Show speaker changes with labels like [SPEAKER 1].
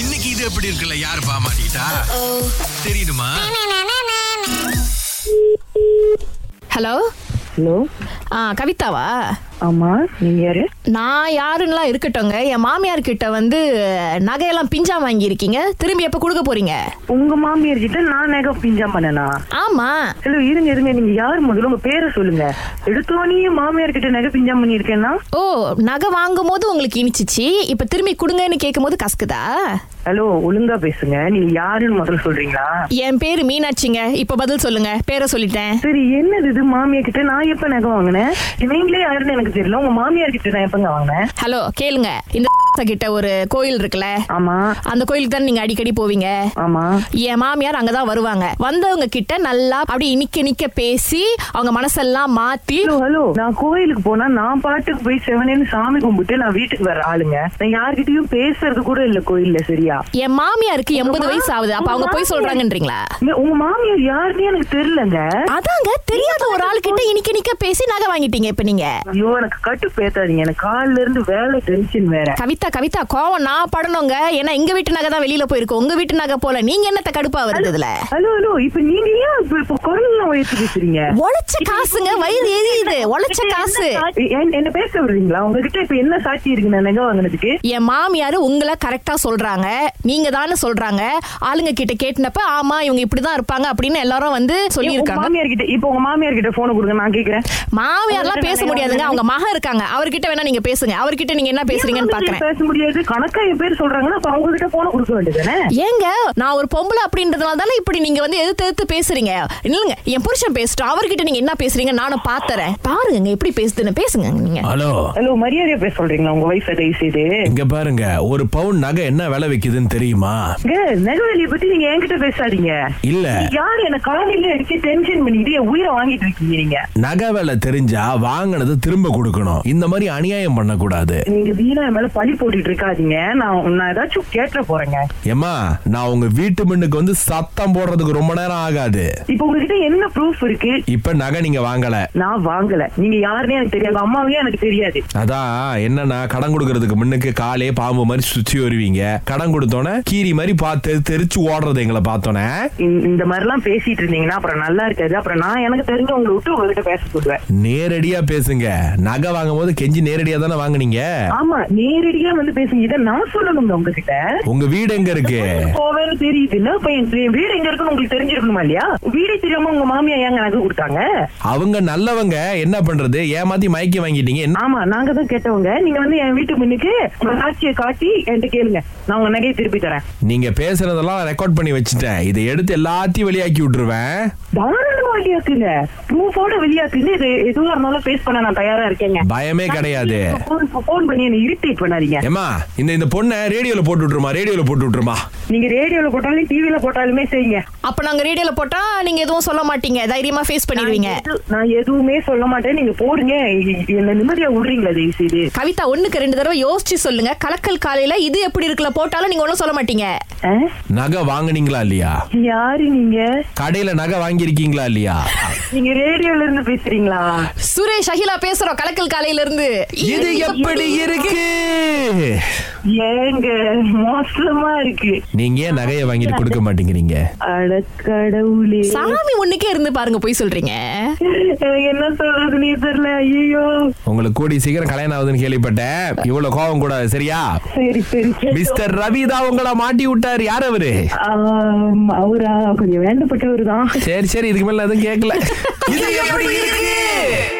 [SPEAKER 1] இன்னைக்கு இது எப்படி இருக்குல்ல யார் பாமாட்டா தெரியுமா
[SPEAKER 2] ஹலோ
[SPEAKER 3] ஹலோ
[SPEAKER 2] ஆ கவிதாவா
[SPEAKER 3] ஆமா நீங்க யாரு
[SPEAKER 2] நான் யாருன்னெலாம் இருக்கட்டும்ங்க என் மாமியார் கிட்ட வந்து நகையெல்லாம் பிஞ்சா வாங்கியிருக்கீங்க திரும்பி எப்போ கொடுக்க போறீங்க
[SPEAKER 3] உங்க மாமியார் கிட்ட நான் நகை பிஞ்சா பண்ணனா
[SPEAKER 2] ஆமா
[SPEAKER 3] ஹலோ இருங்க இருங்க நீங்க யார் முதல்ல உங்க பேரை சொல்லுங்க எடுத்தோடனே மாமியார் கிட்ட நகை பிஞ்சா பண்ணிருக்கேன்னா
[SPEAKER 2] ஓ நகை வாங்கும் போது உங்களுக்கு இனிச்சிச்சு இப்போ திரும்பி கொடுங்கன்னு கேட்கும்போது கசக்குதா
[SPEAKER 3] ஹலோ ஒழுங்கா பேசுங்க நீங்க யாருன்னு முதல்ல சொல்றீங்களா
[SPEAKER 2] என் பேர் மீனாட்சிங்க இப்போ பதில் சொல்லுங்க பேரை சொல்லிட்டேன்
[SPEAKER 3] சரி என்னது இது மாமியார் கிட்ட நான் எப்ப நகை வாங்கினேன் நீங்களே யாருன்னு எனக்கு தெரியல உங்க மாமியார் கிட்ட நான் எப்பங்க வாங்கினேன்
[SPEAKER 2] ஹலோ கேளுங்க இந்த கிட்ட ஒரு கோயில் இருக்குல்ல
[SPEAKER 3] ஆமா
[SPEAKER 2] அந்த கோயிலுக்கு தான் நீங்க அடிக்கடி போவீங்க
[SPEAKER 3] ஆமா
[SPEAKER 2] என் மாமியார் அங்கதான் வருவாங்க வந்தவங்க கிட்ட நல்லா அப்படி நிக்க நிக்க பேசி அவங்க மனசெல்லாம் மாத்தி
[SPEAKER 3] ஹலோ ஹலோ நான் கோயிலுக்கு போனா நான் பாட்டுக்கு போய் செவனேன்னு சாமி கும்பிட்டு நான் வீட்டுக்கு வர ஆளுங்க நான் யார்கிட்டயும் பேசுறது கூட இல்ல கோயில்ல சரியா
[SPEAKER 2] என் மாமியாருக்கு எண்பது வயசு ஆகுது அப்ப அவங்க போய் சொல்றாங்கன்றீங்களா
[SPEAKER 3] இல்ல, உங்க மாமியார் யாருன்னே எனக்கு தெரியலங்க
[SPEAKER 2] அதாங்க தெரியாத ஒரு ஆள் கிட்ட இனிக்க நிக்க பேசி நகை வாங்கிட்டீங்க இப்ப நீங்க
[SPEAKER 3] ஐயோ எனக்கு கட்டு பேத்தாதீங்க எனக்கு காலில இருந்து வேலை டென்ஷன் வேற
[SPEAKER 2] கவிதா கவிதா கோவம் நான் படணுங்க ஏன்னா எங்க வீட்டு நகை தான் வெளியில போயிருக்கு உங்க வீட்டு நகை போல நீங்க என்னத்த கடுப்பா வருது இதுல
[SPEAKER 3] ஹலோ ஹலோ இப்ப நீங்க ஏன் இப்ப இப்ப குரல்லாம் உயர்த்தி பேசுறீங்க
[SPEAKER 2] உழைச்ச காசுங்க வயிறு எரியுது உழைச்ச காசு
[SPEAKER 3] என்- என்ன பேச விடுறீங்களா உங்ககிட்ட இப்ப என்ன சாட்சி இருக்கு நான் நகை வாங்கினதுக்கு
[SPEAKER 2] என் மாமியார் உங்களை கரெக்டா சொல்றாங்க நீங்க தானே சொல்றாங்க ஆளுங்க கிட்ட கேட்டினப்ப ஆமா இவங்க இப்படிதான் இருப்பாங்க அப்படின்னு எல்லாரும் வந்து
[SPEAKER 3] உங்க
[SPEAKER 2] சொல்லியிருக்காங்க
[SPEAKER 3] மாமியார் கிட்ட இப்ப உங்க மாமியார் கிட்ட போன கொடுங்க நான் கேக்குறேன்
[SPEAKER 2] மாமியார்லாம் பேச முடியாதுங்க அவங்க மகன் இருக்காங்க அவர்கிட்ட வேணா நீங்க பேசுங்க அவர்கிட்ட நீங்க என்ன பேசுறீங்கன்னு பாக்குறேன்
[SPEAKER 3] பேச முடியாது கணக்கா என் பேர் சொல்றாங்கன்னா அப்ப அவங்க கிட்ட போன கொடுக்க வேண்டியதானே
[SPEAKER 2] ஏங்க நான் ஒரு பொம்பளை அப்படின்றதுனால தானே இப்படி நீங்க வந்து எதிர்த்து எதிர்த்து பேசுறீங்க இல்லைங்க என் புருஷன் பேசிட்டோம் அவர்கிட்ட நீங்க என்ன பேசுறீங்க நானும் பாத்துறேன் பாருங்க எப்படி பேசுதுன்னு பேசுங்க நீங்க
[SPEAKER 1] ஹலோ
[SPEAKER 3] ஹலோ மரியாதையா பேச சொல்றீங்களா உங்க வைஃப் தயவு செய்து
[SPEAKER 1] இங்க பாருங்க ஒரு பவுன் நகை என்ன விலை விக்குதுன்னு தெரியுமா
[SPEAKER 3] இங்க, நகை வேலையை பத்தி நீங்க என்கிட்ட பேசாதீங்க
[SPEAKER 1] இல்ல
[SPEAKER 3] யார் என்ன காலையில அடிச்சு டென்ஷன் பண்ணிட்டு என் உயிரை வாங்கிட்டு இருக்கீங்க நீங்க
[SPEAKER 1] நகை விலை தெரிஞ்சா வாங்கினதை திரும்ப கொடுக்கணும் இந்த மாதிரி அநியாயம் பண்ணக்கூடாது
[SPEAKER 3] நீங்க வீணா என் மேல பழி போட்டுட்டு இருக்காதீங்க நான் நான் ஏதாச்சும் கேட்ட போறேங்க
[SPEAKER 1] ஏமா நான் உங்க வீட்டு மண்ணுக்கு வந்து சத்தம் போடுறதுக்கு ரொம்ப நேரம் ஆகாது
[SPEAKER 3] இப்ப உங்ககிட்ட என்ன ப்ரூஃப் இருக்கு
[SPEAKER 1] இப்ப நகை நீங்க வாங்கல
[SPEAKER 3] நான் வாங்கல நீங்க யாருன்னே எனக்கு தெரியாது அம்மாவே எனக்கு தெரியாது
[SPEAKER 1] அதான் என்னன்னா கடன் கொடுக்கறதுக்கு முன்னுக்கு காலே பாம்பு மாதிரி சுத்தி வருவீங்க கடன் கொடுத்தோன்னே கீரி மாதிரி பார்த்து தெரிச்சு ஓடுறது எங்களை பார்த்தோன்னே
[SPEAKER 3] இந்த- இந்த மாதிரி எல்லாம் பேசிட்டு இருந்தீங்கன்னா அப்புறம் நல்லா இருக்காது அப்புறம் நான் எனக்கு தெரிஞ்ச உங்களை விட்டு உங்ககிட்ட பேச சொல்லுவேன்
[SPEAKER 1] நேரடியா பேசுங்க நகை வாங்கும் போது கெஞ்சி நேரடியா தானே வாங்குனீங்க
[SPEAKER 3] ஆமா நேரடியா வந்து பேசுங்க இதை நான் சொல்லணுங்க உங்ககிட்ட
[SPEAKER 1] உங்க வீடு எங்க இருக்கு
[SPEAKER 3] போவேன்னு தெரியுது இல்ல இப்ப என் என் வீடு எங்க இருக்குன்னு உங்களுக்கு தெரிஞ்சிருக்கணுமா இல்லையா வீடே தெரியாம உங்க மாமியா ஏங்க நகை கொடுத்தாங்க
[SPEAKER 1] அவங்க நல்லவங்க என்ன பண்றது ஏமாத்தி மயக்கி வாங்கிட்டீங்க என்ன
[SPEAKER 3] ஆமா நாங்க தான் கேட்டவங்க நீங்க வந்து என் வீட்டு முன்னுக்கு உங்க சாட்சியை காட்டி என்கிட்ட கேளுங்க நான் உங்க நகையை திருப்பி தரேன்
[SPEAKER 1] நீங்க பேசுறதெல்லாம் ரெக்கார்ட் பண்ணி வச்சுட்டேன் இதை எடுத்து எல்லாத்தையும் வெளியாக்கி விட்டுருவேன்
[SPEAKER 3] தாராளமா வெளியாக்குங்க ப்ரூஃபோட வெளியாக்குங்க இது எதுவா இருந்தாலும் ஃபேஸ் பண்ண நான் தயாரா இருக்கேங்க
[SPEAKER 1] பயமே கிடையாது
[SPEAKER 3] போன் பண்ணி என்ன இரிட்டேட் பண்ணாதீங்க
[SPEAKER 1] ஏமா இந்த இந்த பொண்ணை ரேடியோல போட்டு விட்டுருமா ரேடியோல போட்டு விட்டுருமா
[SPEAKER 3] நீங்க ரேடியோல போட்டாலும் டிவில போட்டாலுமே செய்யுங்க
[SPEAKER 2] அப்ப நாங்க ரேடியோல போட்டா நீங்க எதுவும் சொல்ல மாட்டீங்க தைரியமா ஃபேஸ் பண்ணிடுவீங்க
[SPEAKER 3] நான் எது- நான் எதுவுமே சொல்ல மாட்டேன் நீங்க போடுங்க இ- என்ன நிம்மதியா விடுறீங்களா தயவு செய்து
[SPEAKER 2] கவிதா ஒண்ணுக்கு ரெண்டு தடவை யோசிச்சு சொல்லுங்க கலக்கல் காலையில இது எப்படி இருக்குல்ல போட்டாலும் நீங்க ஒன்றும் சொல்ல மாட்டீங்க
[SPEAKER 3] ஆ?
[SPEAKER 1] நகை வாங்குனீங்களா இல்லையா
[SPEAKER 3] யாரு நீங்க
[SPEAKER 1] கடையில நகை வாங்கியிருக்கீங்களா இல்லையா
[SPEAKER 3] நீங்க ரேடியோல இருந்து பேசுறீங்களா
[SPEAKER 2] சுரேஷ் அகிலா பேசுறோம் கலக்கல் காலையில இருந்து
[SPEAKER 1] இது எப்படி இருக்கு
[SPEAKER 3] ஏங்க மோசமா இருக்கு
[SPEAKER 1] நீங்க ஏன் நகையை வாங்கிட்டு கொடுக்க மாட்டேங்கிறீங்க
[SPEAKER 3] அட கடவுளே
[SPEAKER 2] சாமி ஒண்ணுக்கே இருந்து பாருங்க போய் சொல்றீங்க
[SPEAKER 3] எனக்கு என்ன சொல்றதுன்னே தெரியல ஐயோ
[SPEAKER 1] உங்களுக்கு கூடி சீக்கிரம் கல்யாணம் ஆகுதுன்னு கேள்விப்பட்டேன் இவ்வளவு கோவம் கூடாது சரியா
[SPEAKER 3] சரி சரி சரி.
[SPEAKER 1] மிஸ்டர் ரவி தான் உங்களை மாட்டி விட்டார் யார் அவரு
[SPEAKER 3] ஆமா, அவரா கொஞ்சம் வேண்டப்பட்டவர் தான்
[SPEAKER 1] சரி சரி இதுக்கு மேல எதுவும் கேட்கல இது எப்படி இருக்கு